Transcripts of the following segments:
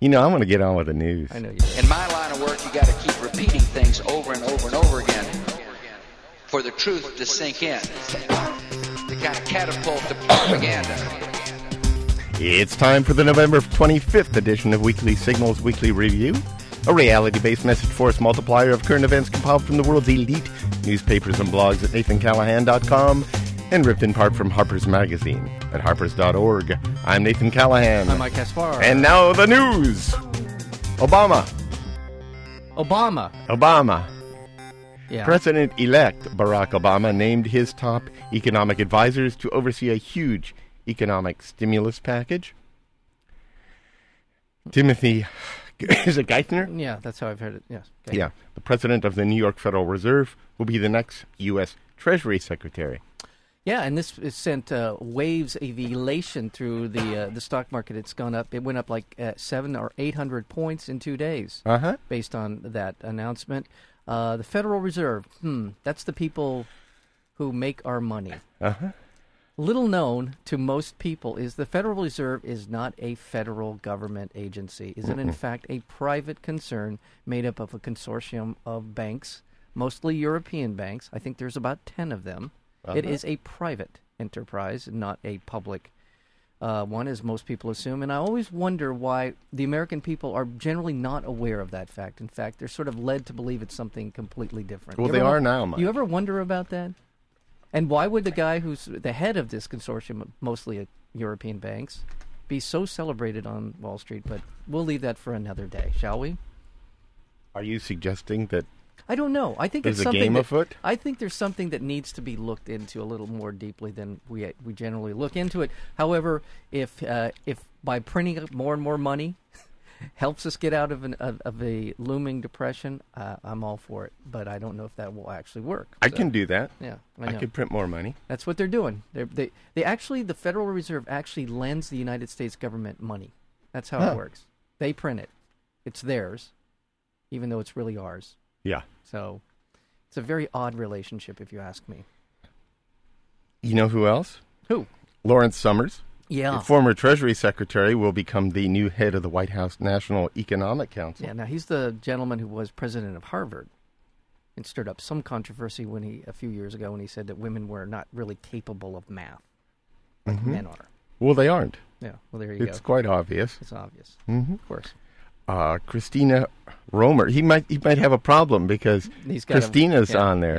You know, I'm going to get on with the news. I know you. In my line of work, you got to keep repeating things over and over and over again for the truth to sink in, to kind of catapult the propaganda. It's time for the November 25th edition of Weekly Signals Weekly Review, a reality based message force multiplier of current events compiled from the world's elite newspapers and blogs at nathancallahan.com and ripped in part from Harper's Magazine at harpers.org. I'm Nathan Callahan. I'm Mike Kaspar. and now the news Obama, Obama. Obama. Yeah. President elect Barack Obama named his top economic advisors to oversee a huge economic stimulus package. Timothy, is it Geithner? yeah, that's how I've heard it. Yes. okay. Yeah, the president of the New York Federal Reserve will be the next U.S. Treasury Secretary. Yeah, and this is sent uh, waves of elation through the uh, the stock market. It's gone up. It went up like uh, seven or eight hundred points in two days, Uh huh. based on that announcement. Uh, the Federal Reserve. Hmm, that's the people who make our money. Uh huh. Little known to most people is the Federal Reserve is not a federal government agency. Is it in fact a private concern made up of a consortium of banks, mostly European banks. I think there's about 10 of them. It Uh-huh. is a private enterprise, not a public uh, one, as most people assume. And I always wonder why the American people are generally not aware of that fact. In fact, they're sort of led to believe it's something completely different. Well, You they ever- are now, Mike. You ever wonder about that? And why would the guy who's the head of this consortium, of mostly at European banks, be so celebrated on Wall Street? But we'll leave that for another day, shall we? Are you suggesting that? I don't know. I think There's it's a something game that, afoot? I think there's something that needs to be looked into a little more deeply than we we generally look into it. However, if uh, if by printing up more and more money helps us get out of an of, of a looming depression, uh, I'm all for it. But I don't know if that will actually work. I So, can do that. Yeah, I I, know. could print more money. That's what they're doing. They're, they they actually the Federal Reserve actually lends the United States government money. That's how Huh. it works. They print it. It's theirs, even though it's really ours. Yeah. So it's a very odd relationship, if you ask me. You know who else? Who? Lawrence Summers. Yeah. The former Treasury Secretary will become the new head of the White House National Economic Council. yeah. Now he's the gentleman who was president of Harvard, and stirred up some controversy when he a few years ago when he said that women were not really capable of math, like men are. Well, they aren't. Yeah. Well, there you It's go. quite obvious. It's obvious. Mm-hmm. Of course. Uh, Christina Romer. He might he might have a problem because He's got a- Christina's yeah, on there,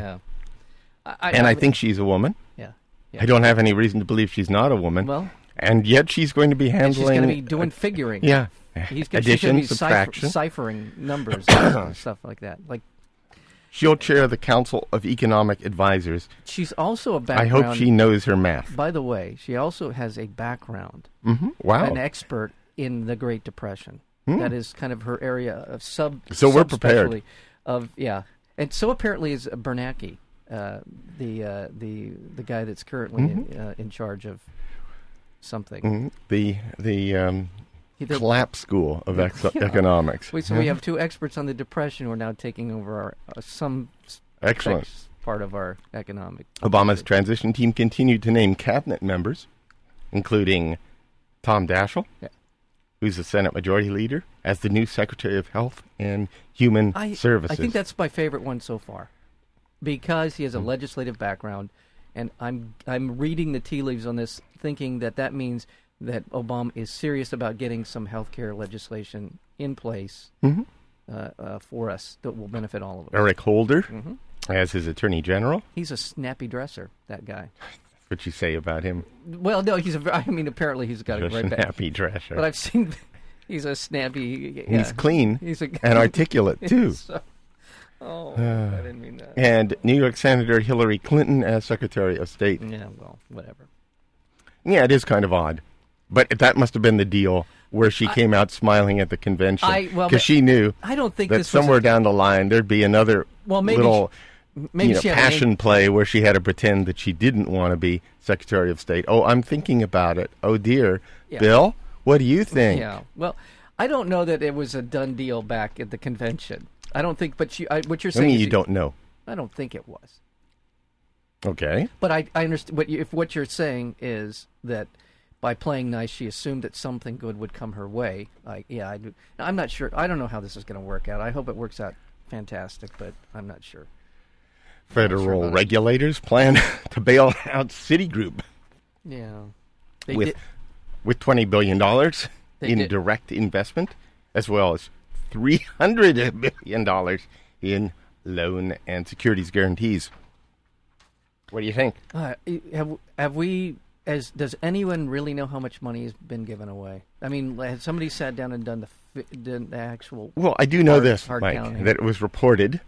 Yeah. I, and I think she's a woman. Yeah. I don't have any reason to believe she's not a woman. Well- and yet she's going to be And she's going handling. uh, to be doing figuring. yeah, He's gonna, she's addition, gonna be cipher- subtraction. ciphering numbers and stuff like that. Like She'll chair the Council of Economic Advisors. she's also a I background. hope she knows her math. By the way, she also has a background, hmm Wow. an expert in the Great Depression. That is kind of her area of sub. Hmm. So we're prepared. subspecialty Of yeah, and so apparently is Bernanke, uh, the uh, the the guy that's currently Mm-hmm. in, uh, in charge of something. Mhm. The the um, He- the- clap school of ex- Yeah. economics. Wait, so we have two experts on the depression who are now taking over our uh, some s- Excellent. sex- part of our economic. Obama's transition team continued to name cabinet members, including Tom Daschle, Yeah. who's the Senate Majority Leader, as the new Secretary of Health and Human I, Services. I think that's my favorite one so far, because he has Mm. a legislative background, and I'm I'm reading the tea leaves on this, thinking that that means that Obama is serious about getting some health care legislation in place Mm-hmm. uh, uh, for us that will benefit all of us. Eric Holder Mm-hmm. as his Attorney General. He's a snappy dresser, that guy. What'd you say about him? Well, no, he's a. ver- I mean, apparently he's got He's it a right back. snappy dresser. But I've seen he's a snappy. Yeah. He's clean He's a and articulate, too. Uh, So- oh, I didn't mean that. And New York Senator Hillary Clinton as Secretary of State. Yeah, well, whatever. Yeah, it is kind of odd. But that must have been the deal where she came out smiling at the convention. I- well, but- Because she knew I don't think that this was a- somewhere down the line there'd be another Well, maybe little Maybe you know, she had a passion name- play where she had to pretend that she didn't want to be Secretary of State. Oh, I'm thinking about it. Oh, dear. Yeah. Bill, what do you think? Yeah. Well, I don't know that it was a done deal back at the convention. I don't think. But you, I, what you're I saying, mean, is you don't know. I don't think it was. Okay. But I, I understand. What you, if what you're saying is that by playing nice, she assumed that something good would come her way. Like, yeah, I do. I'm not sure. I don't know how this is going to work out. I hope it works out fantastic, but I'm not sure. Federal about it. regulators plan to bail out Citigroup Yeah, they with did, with twenty billion dollars They in did- direct investment, as well as three hundred billion dollars in loan and securities guarantees. What do you think? uh, have have we? As does anyone really know how much money has been given away? I mean, has somebody sat down and done the fi- done the actual? Well, I do know Hard- this, hard Mike, counting. that it was reported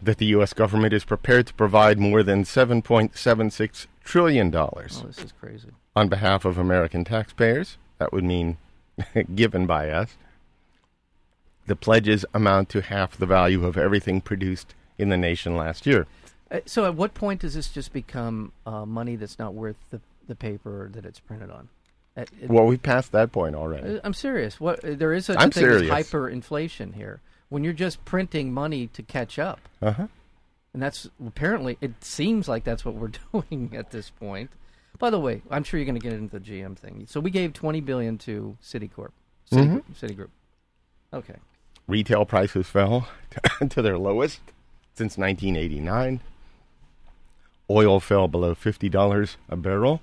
that the U.S. government is prepared to provide more than seven point seven six trillion dollars Oh, this is crazy. on behalf of American taxpayers. That would mean given by us. The pledges amount to half the value of everything produced in the nation last year. Uh, So, at what point does this just become uh, money that's not worth the the paper that it's printed on? At- it- Well, we passed that point already. Uh, I'm serious. What there is such I'm a thing as serious. hyperinflation here when you're just printing money to catch up, Uh huh. and that's apparently it seems like that's what we're doing at this point. By the way, I'm sure you're going to get into the GM thing. So we gave 20 billion to Citicorp, Mm-hmm. Citigroup. Citigroup. Okay. Retail prices fell to their lowest since 1989. Oil fell below $50 a barrel,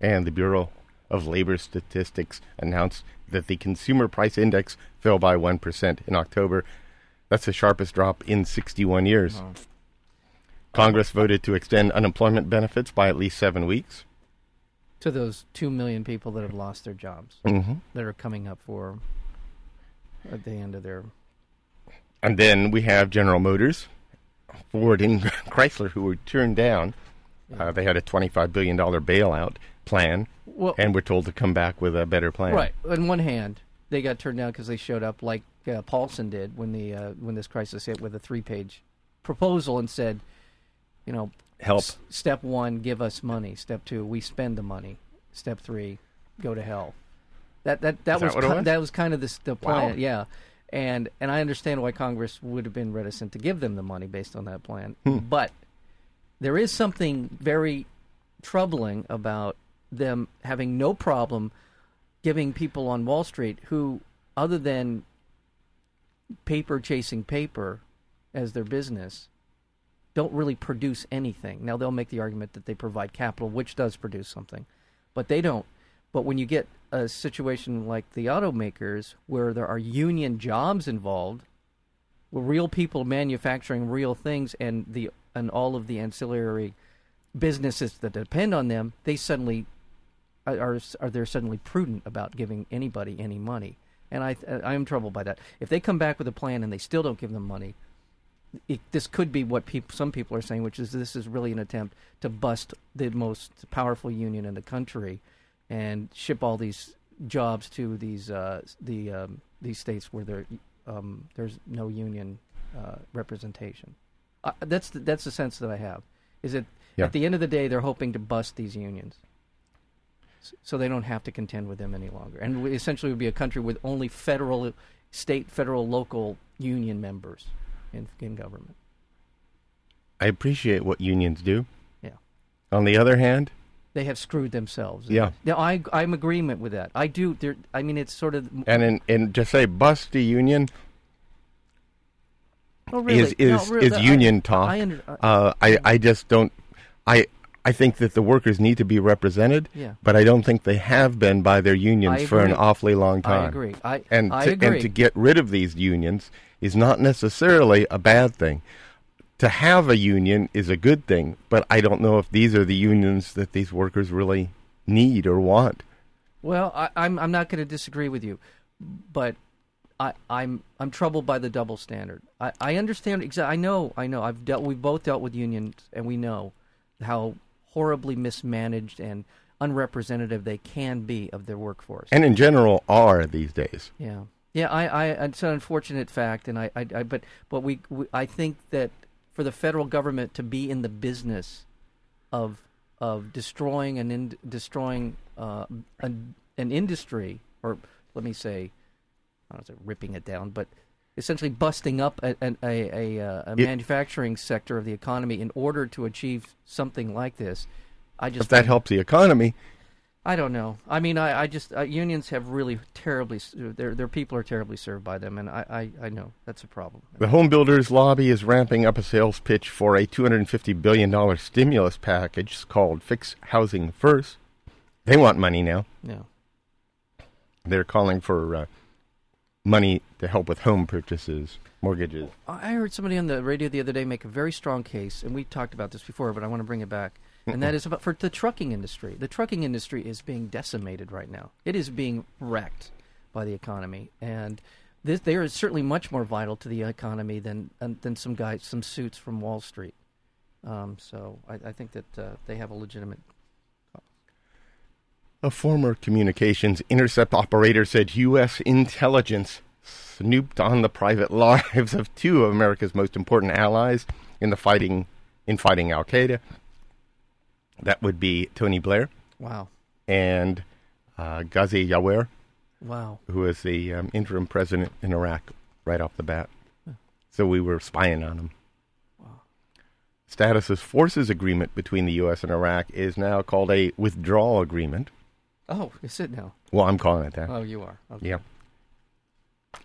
and the Bureau of Labor Statistics announced that the consumer price index fell by 1% in October. That's the sharpest drop in 61 years. Congress voted to extend unemployment benefits by at least 7 weeks. To those two million people that have lost their jobs Mm-hmm. that are coming up for at the end of their And then we have General Motors, Ford, and Chrysler, who were turned down. Uh, they had a $25 billion bailout plan, well, and were told to come back with a better plan. Right. On one hand, they got turned down because they showed up like uh, Paulson did when the uh, when this crisis hit with a three-page proposal and said, you know, Help. s- step one, give us money. Step two, we spend the money. Step three, go to hell. That that that Is that was what it ki- was? that was kind of this the plan. Wow. Yeah. And and I understand why Congress would have been reticent to give them the money based on that plan, but there is something very troubling about them having no problem giving people on Wall Street who, other than paper chasing paper as their business, don't really produce anything. Now, they'll make the argument that they provide capital, which does produce something, but they don't. But when you get a situation like the automakers, where there are union jobs involved, were real people manufacturing real things and the and all of the ancillary businesses that depend on them they suddenly are are- are they're suddenly prudent about giving anybody any money and i i am troubled by that if they come back with a plan and they still don't give them money it, this could be what peop some people are saying, which is this is really an attempt to bust the most powerful union in the country, and ship all these jobs to these uh, the um, these states where there um, there's no union uh, representation. Uh, that's the, that's the sense that I have. Is that Yeah. at the end of the day they're hoping to bust these unions, S- so they don't have to contend with them any longer, and we essentially would be a country with only federal, state, federal, local union members in, in government. I appreciate what unions do. Yeah. On the other hand, They have screwed themselves. Yeah. Now, I, I'm agreement with that. I do. There, I mean, it's sort of. and in, and to say bust a union Oh, really? is is No, really, is I- union talk. I under- I- uh, I I just don't. I I think that the workers need to be represented. Yeah. But I don't think they have been by their unions I for an agree. awfully long time. agree. I- and I to, agree. and to get rid of these unions is not necessarily a bad thing. To have a union is a good thing, but I don't know if these are the unions that these workers really need or want. Well, I, I'm I'm not going to disagree with you, but I, I'm I'm troubled by the double standard. I, I understand exactly. I know. I know. I've dealt. We've both dealt with unions, and we know how horribly mismanaged and unrepresentative they can be of their workforce. and in general are these days. Yeah, yeah. I, I, it's an unfortunate fact, and I, I, I but, but we, we, I think that for the federal government to be in the business of of destroying an in, destroying uh, an an industry, or let me say, I don't know, ripping it down, but essentially busting up a a, a, a, uh, a It- manufacturing sector of the economy in order to achieve something like this. I just If that helps the economy, I don't know. I mean, I, I just uh, unions have really terribly s- their their people are terribly served by them, and I, I, I know that's a problem. The home builders lobby is ramping up a sales pitch for a $250 billion stimulus package called Fix Housing First. They want money now. Yeah, They're calling for uh, money to help with home purchases, mortgages. I I heard somebody on the radio the other day make a very strong case, and we talked about this before, but I want to bring it back. And that is about for the trucking industry. The trucking industry is being decimated right now. It is being wrecked by the economy, and this, they are certainly much more vital to the economy than than some guys, some suits from Wall Street. Um, so I, I think that uh, they have a legitimate A former communications intercept operator said U.S. intelligence snooped on the private lives of two of America's most important allies in the fighting in fighting Al Qaeda. That would be Tony Blair wow. and uh, Ghazi Yawer, Wow. who is the um, interim president in Iraq right off the bat. So we were spying on him. Status as forces agreement between the U.S. and Iraq is now called a withdrawal agreement. Oh, is it now? Well, I'm calling it that. Oh, you are. Okay. Yeah.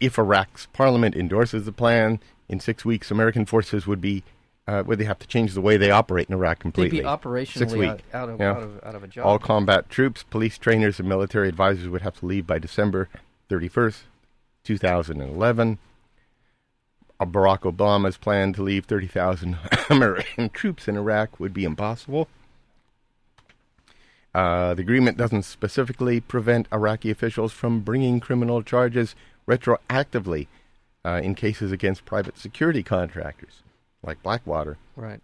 If Iraq's parliament endorses the plan, in six weeks, American forces would be, uh, would they have to change the way they operate in Iraq They'd completely? be Six operationally week. out, out, of, Yeah. out, of, out of a job. All combat troops, police trainers, and military advisors would have to leave by December 31st, 2011. Uh, Barack Obama's plan to leave 30,000 American troops in Iraq would be impossible. Uh, the agreement doesn't specifically prevent Iraqi officials from bringing criminal charges retroactively uh, in cases against private security contractors like Blackwater. Right.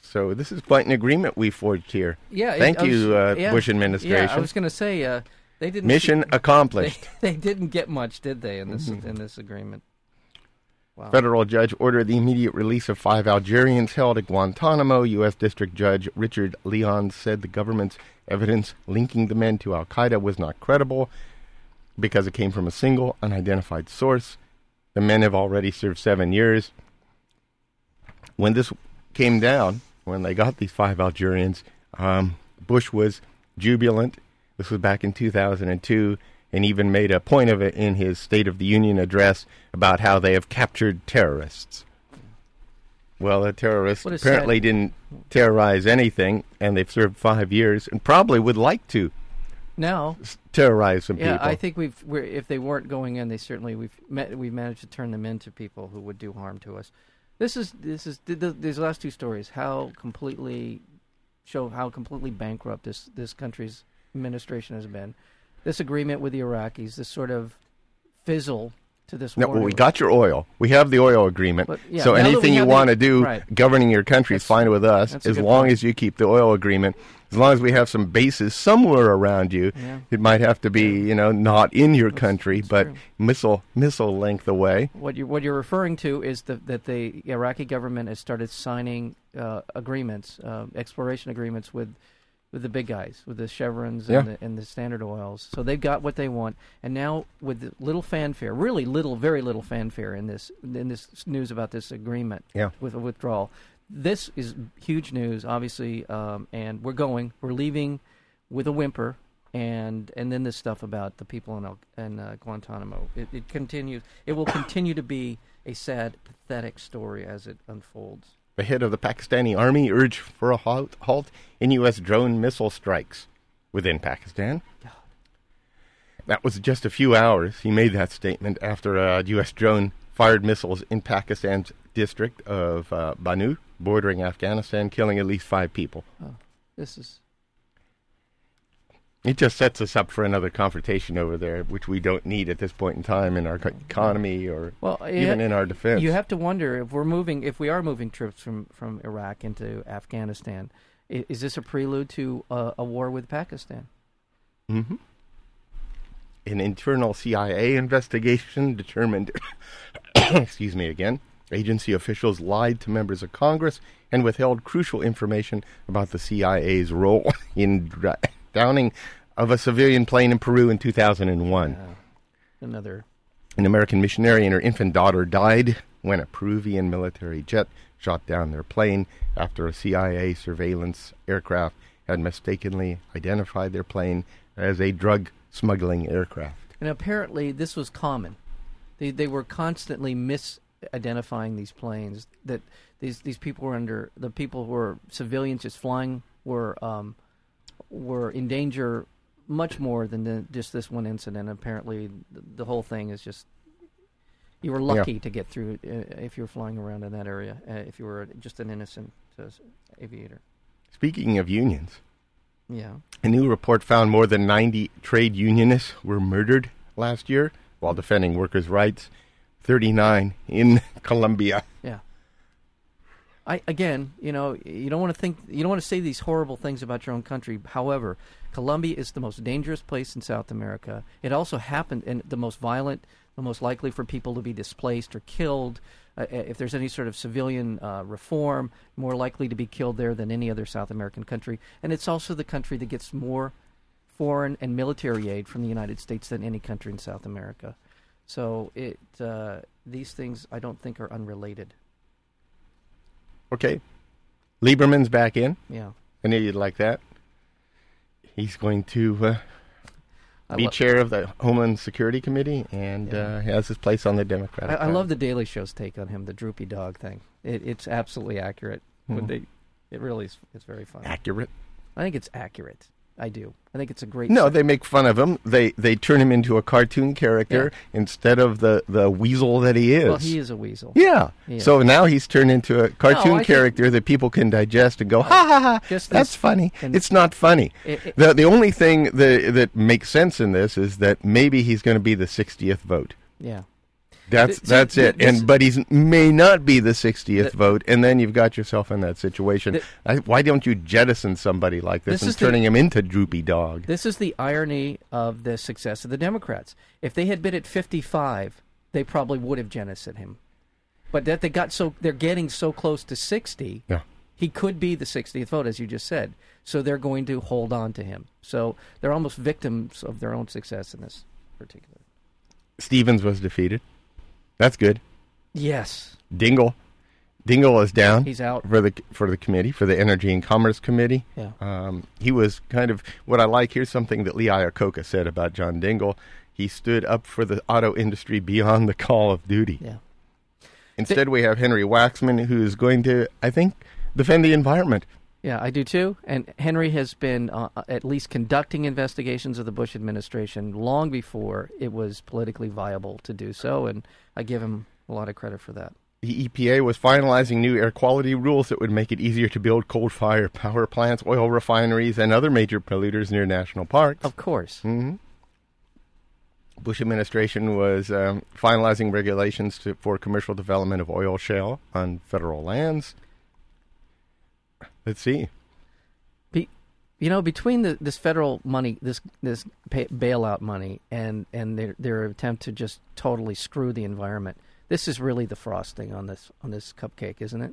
So this is quite an agreement we forged here. Yeah. it- Thank I was- you, uh, yeah, Bush administration. Yeah, I was going to say uh, they didn't Mission They, accomplished. Mm-hmm. they didn't get much, did they, in this in this agreement? Wow. Federal judge ordered the immediate release of five Algerians held at Guantanamo. U.S. District Judge Richard Leon said the government's evidence linking the men to Al Qaeda was not credible because it came from a single unidentified source. The men have already served seven years. When this came down, when they got these five Algerians, um, Bush was jubilant. This was back in 2002, and even made a point of it in his State of the Union address about how they have captured terrorists. Well, the terrorists What a sad- apparently didn't terrorize anything, and they've served five years, and probably would like to Now, terrorize some yeah, people. I think we've we're, if they weren't going in, they certainly we've met, we've managed to turn them into people who would do harm to us. This is this is th- th- these last two stories how completely show how completely bankrupt this this country's administration has been. This agreement with the Iraqis, this sort of fizzle to this No, war. well, we got your oil. We have the oil agreement. But, yeah, so now that we anything you have want to the- do right. governing your country is That's- fine with us, that's a as good long point. as you keep the oil agreement. As long as we have some bases somewhere around you, Yeah. it might have to be, you know, not in your country, that's but true. missile missile length away. What you what you're referring to is the, that the Iraqi government has started signing uh, agreements, uh, exploration agreements with with the big guys, with the chevrons and, Yeah. the, and the Standard Oils. So they've got what they want, and now with the little fanfare, really little, very little fanfare in this in this news about this agreement Yeah. with a withdrawal. This is huge news, obviously, um, and we're going, we're leaving with a whimper, and and then this stuff about the people in El, in uh, Guantanamo. It, it continues. It will continue to be a sad, pathetic story as it unfolds. The head of the Pakistani army urged for a halt, halt in U.S. drone missile strikes within Pakistan. That was just a few hours. He made that statement after a U.S. drone fired missiles in Pakistan's district of uh, Banu, bordering Afghanistan, killing at least five people. This is It just sets us up for another confrontation over there, which we don't need at this point in time in our co- economy or well, it- even in our defense. You have to wonder if we're moving, if we are moving troops from from Iraq into Afghanistan. i- Is this a prelude to a, a war with Pakistan? an internal CIA investigation determined, excuse me again, agency officials lied to members of Congress and withheld crucial information about the CIA's role in dra- downing of a civilian plane in Peru in 2001. Another An American missionary and her infant daughter died when a Peruvian military jet shot down their plane after a CIA surveillance aircraft had mistakenly identified their plane as a drug smuggling aircraft. And apparently, this was common. They, they were constantly misidentifying these planes. That these these people were under the people who were civilians just flying were um, were in danger much more than the, just this one incident. Apparently, the, the whole thing is just you were lucky to get through uh, if you were flying around in that area. Uh, if you were just an innocent uh, aviator, Speaking of unions, yeah. a new report found more than 90 trade unionists were murdered last year while defending workers' rights, 39 in Colombia. Yeah. I again, you know, you don't want to think, you don't want to say these horrible things about your own country. However, Colombia is the most dangerous place in South America. It also happened and the most violent, the most likely for people to be displaced or killed. Uh, if there's any sort of civilian uh, reform, more likely to be killed there than any other South American country. And it's also the country that gets more foreign and military aid from the United States than any country in South America. So it uh, these things I don't think are unrelated. Okay. Lieberman's back in. Yeah. I knew you'd like that. He's going to uh, I be lo- chair of the Homeland Security Committee and uh, has his place on the I, Democratic. I side. love the Daily Show's take on him, the droopy dog thing. It, it's absolutely accurate. Hmm. When they, it really is. It's very funny. accurate. I think it's accurate. I do. I think it's a great. No, set. they make fun of him. They they turn him into a cartoon character instead of the the weasel that he is. well, he is a weasel. Yeah. He is. So now he's turned into a cartoon I think- Oh, character that people can digest and go, ha ha ha. Just that's this- funny. and- it's not funny. It- it- the the only thing that that makes sense in this is that maybe he's going to be the 60th vote. Yeah. That's Th- see, that's th- it. this- and but he's may not be the 60th Th- vote, and then you've got yourself in that situation. Th- I, why don't you jettison somebody like this, This and is the- turning him into droopy dog? This is the irony of the success of the Democrats. If they had been at 55, they probably would have genocided him. But that they got so they're getting so close to 60. yeah. He could be the 60th vote, as you just said. So they're going to hold on to him. So they're almost victims of their own success in this particular. Stevens was defeated. That's good. Yes. Dingle. Dingle is down. He's out. for the for the committee for the Energy and Commerce Committee. Yeah. Um, he was kind of what I like. Here's something that Lee Iacocca said about John Dingle. He stood up for the auto industry beyond the call of duty. Yeah. Instead, we have Henry Waxman, who is going to, I think, defend the environment. Yeah, I do too. And Henry has been uh, at least conducting investigations of the Bush administration long before it was politically viable to do so. And I give him a lot of credit for that. The EPA was finalizing new air quality rules that would make it easier to build coal fire power plants, oil refineries, and other major polluters near national parks. Of course. Bush administration was um, finalizing regulations to, for commercial development of oil shale on federal lands. Let's see. Be, you know, between the, this federal money, this this pay, bailout money, and and their their attempt to just totally screw the environment, this is really the frosting on this on this cupcake, isn't it?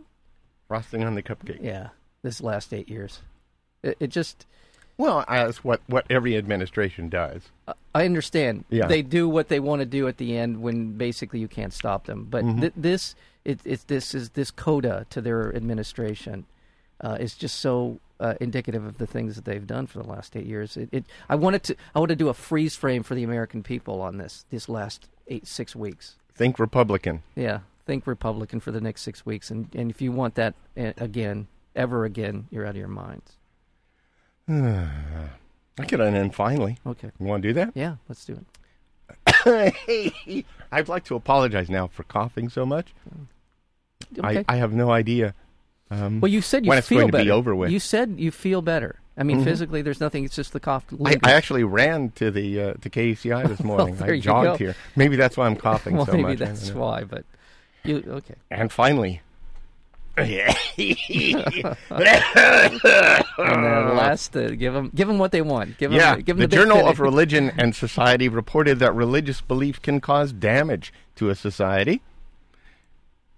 Frosting on the cupcake. Yeah, this last eight years, it, it just. Well, that's what, what every administration does. I- I understand. Yeah. They do what they want to do at the end when basically you can't stop them. But Mm-hmm. thi- this, it, it's this is this coda to their administration uh, is just so uh, indicative of the things that they've done for the last eight years. It, it, I wanted to, I want to do a freeze frame for the American people on this this last eight six weeks. Think Republican. Yeah, think Republican for the next six weeks, and and if you want that uh, again, ever again, you're out of your minds. I could end in finally. Okay. You want to do that? Yeah, let's do it. I'd like to apologize now for coughing so much. Okay. I, I have no idea. Well, you said you when it's feel going to be better. over with. Mm-hmm. You said you feel better. I mean, physically, there's nothing. It's just the cough. I, lingers. I actually ran to the uh, to KUCI this morning. there I you jogged go. here. Maybe that's why I'm coughing well, so maybe much. I don't that's know. why. But you okay? And finally, And then last, uh, give them give 'em what they want. Give 'em- yeah, give 'em the the big Journal finish. of Religion and Society reported that religious belief can cause damage to a society.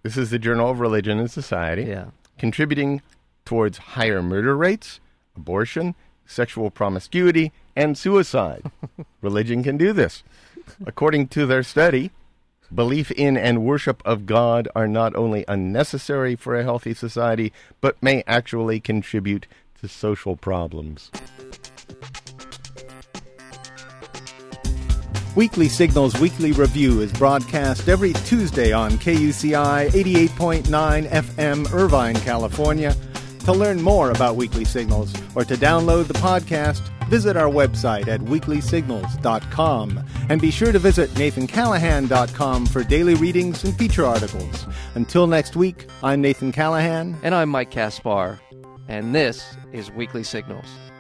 This is the Journal of Religion and Society. Yeah. Contributing towards higher murder rates, abortion, sexual promiscuity, and suicide. Religion can do this. According to their study, belief in and worship of God are not only unnecessary for a healthy society, but may actually contribute to social problems. Weekly Signals Weekly Review is broadcast every Tuesday on KUCI 88.9 FM, Irvine, California. To learn more about Weekly Signals or to download the podcast, visit our website at weeklysignals.com. And be sure to visit nathancallahan.com for daily readings and feature articles. Until next week, I'm Nathan Callahan. And I'm Mike Kaspar, and this is Weekly Signals.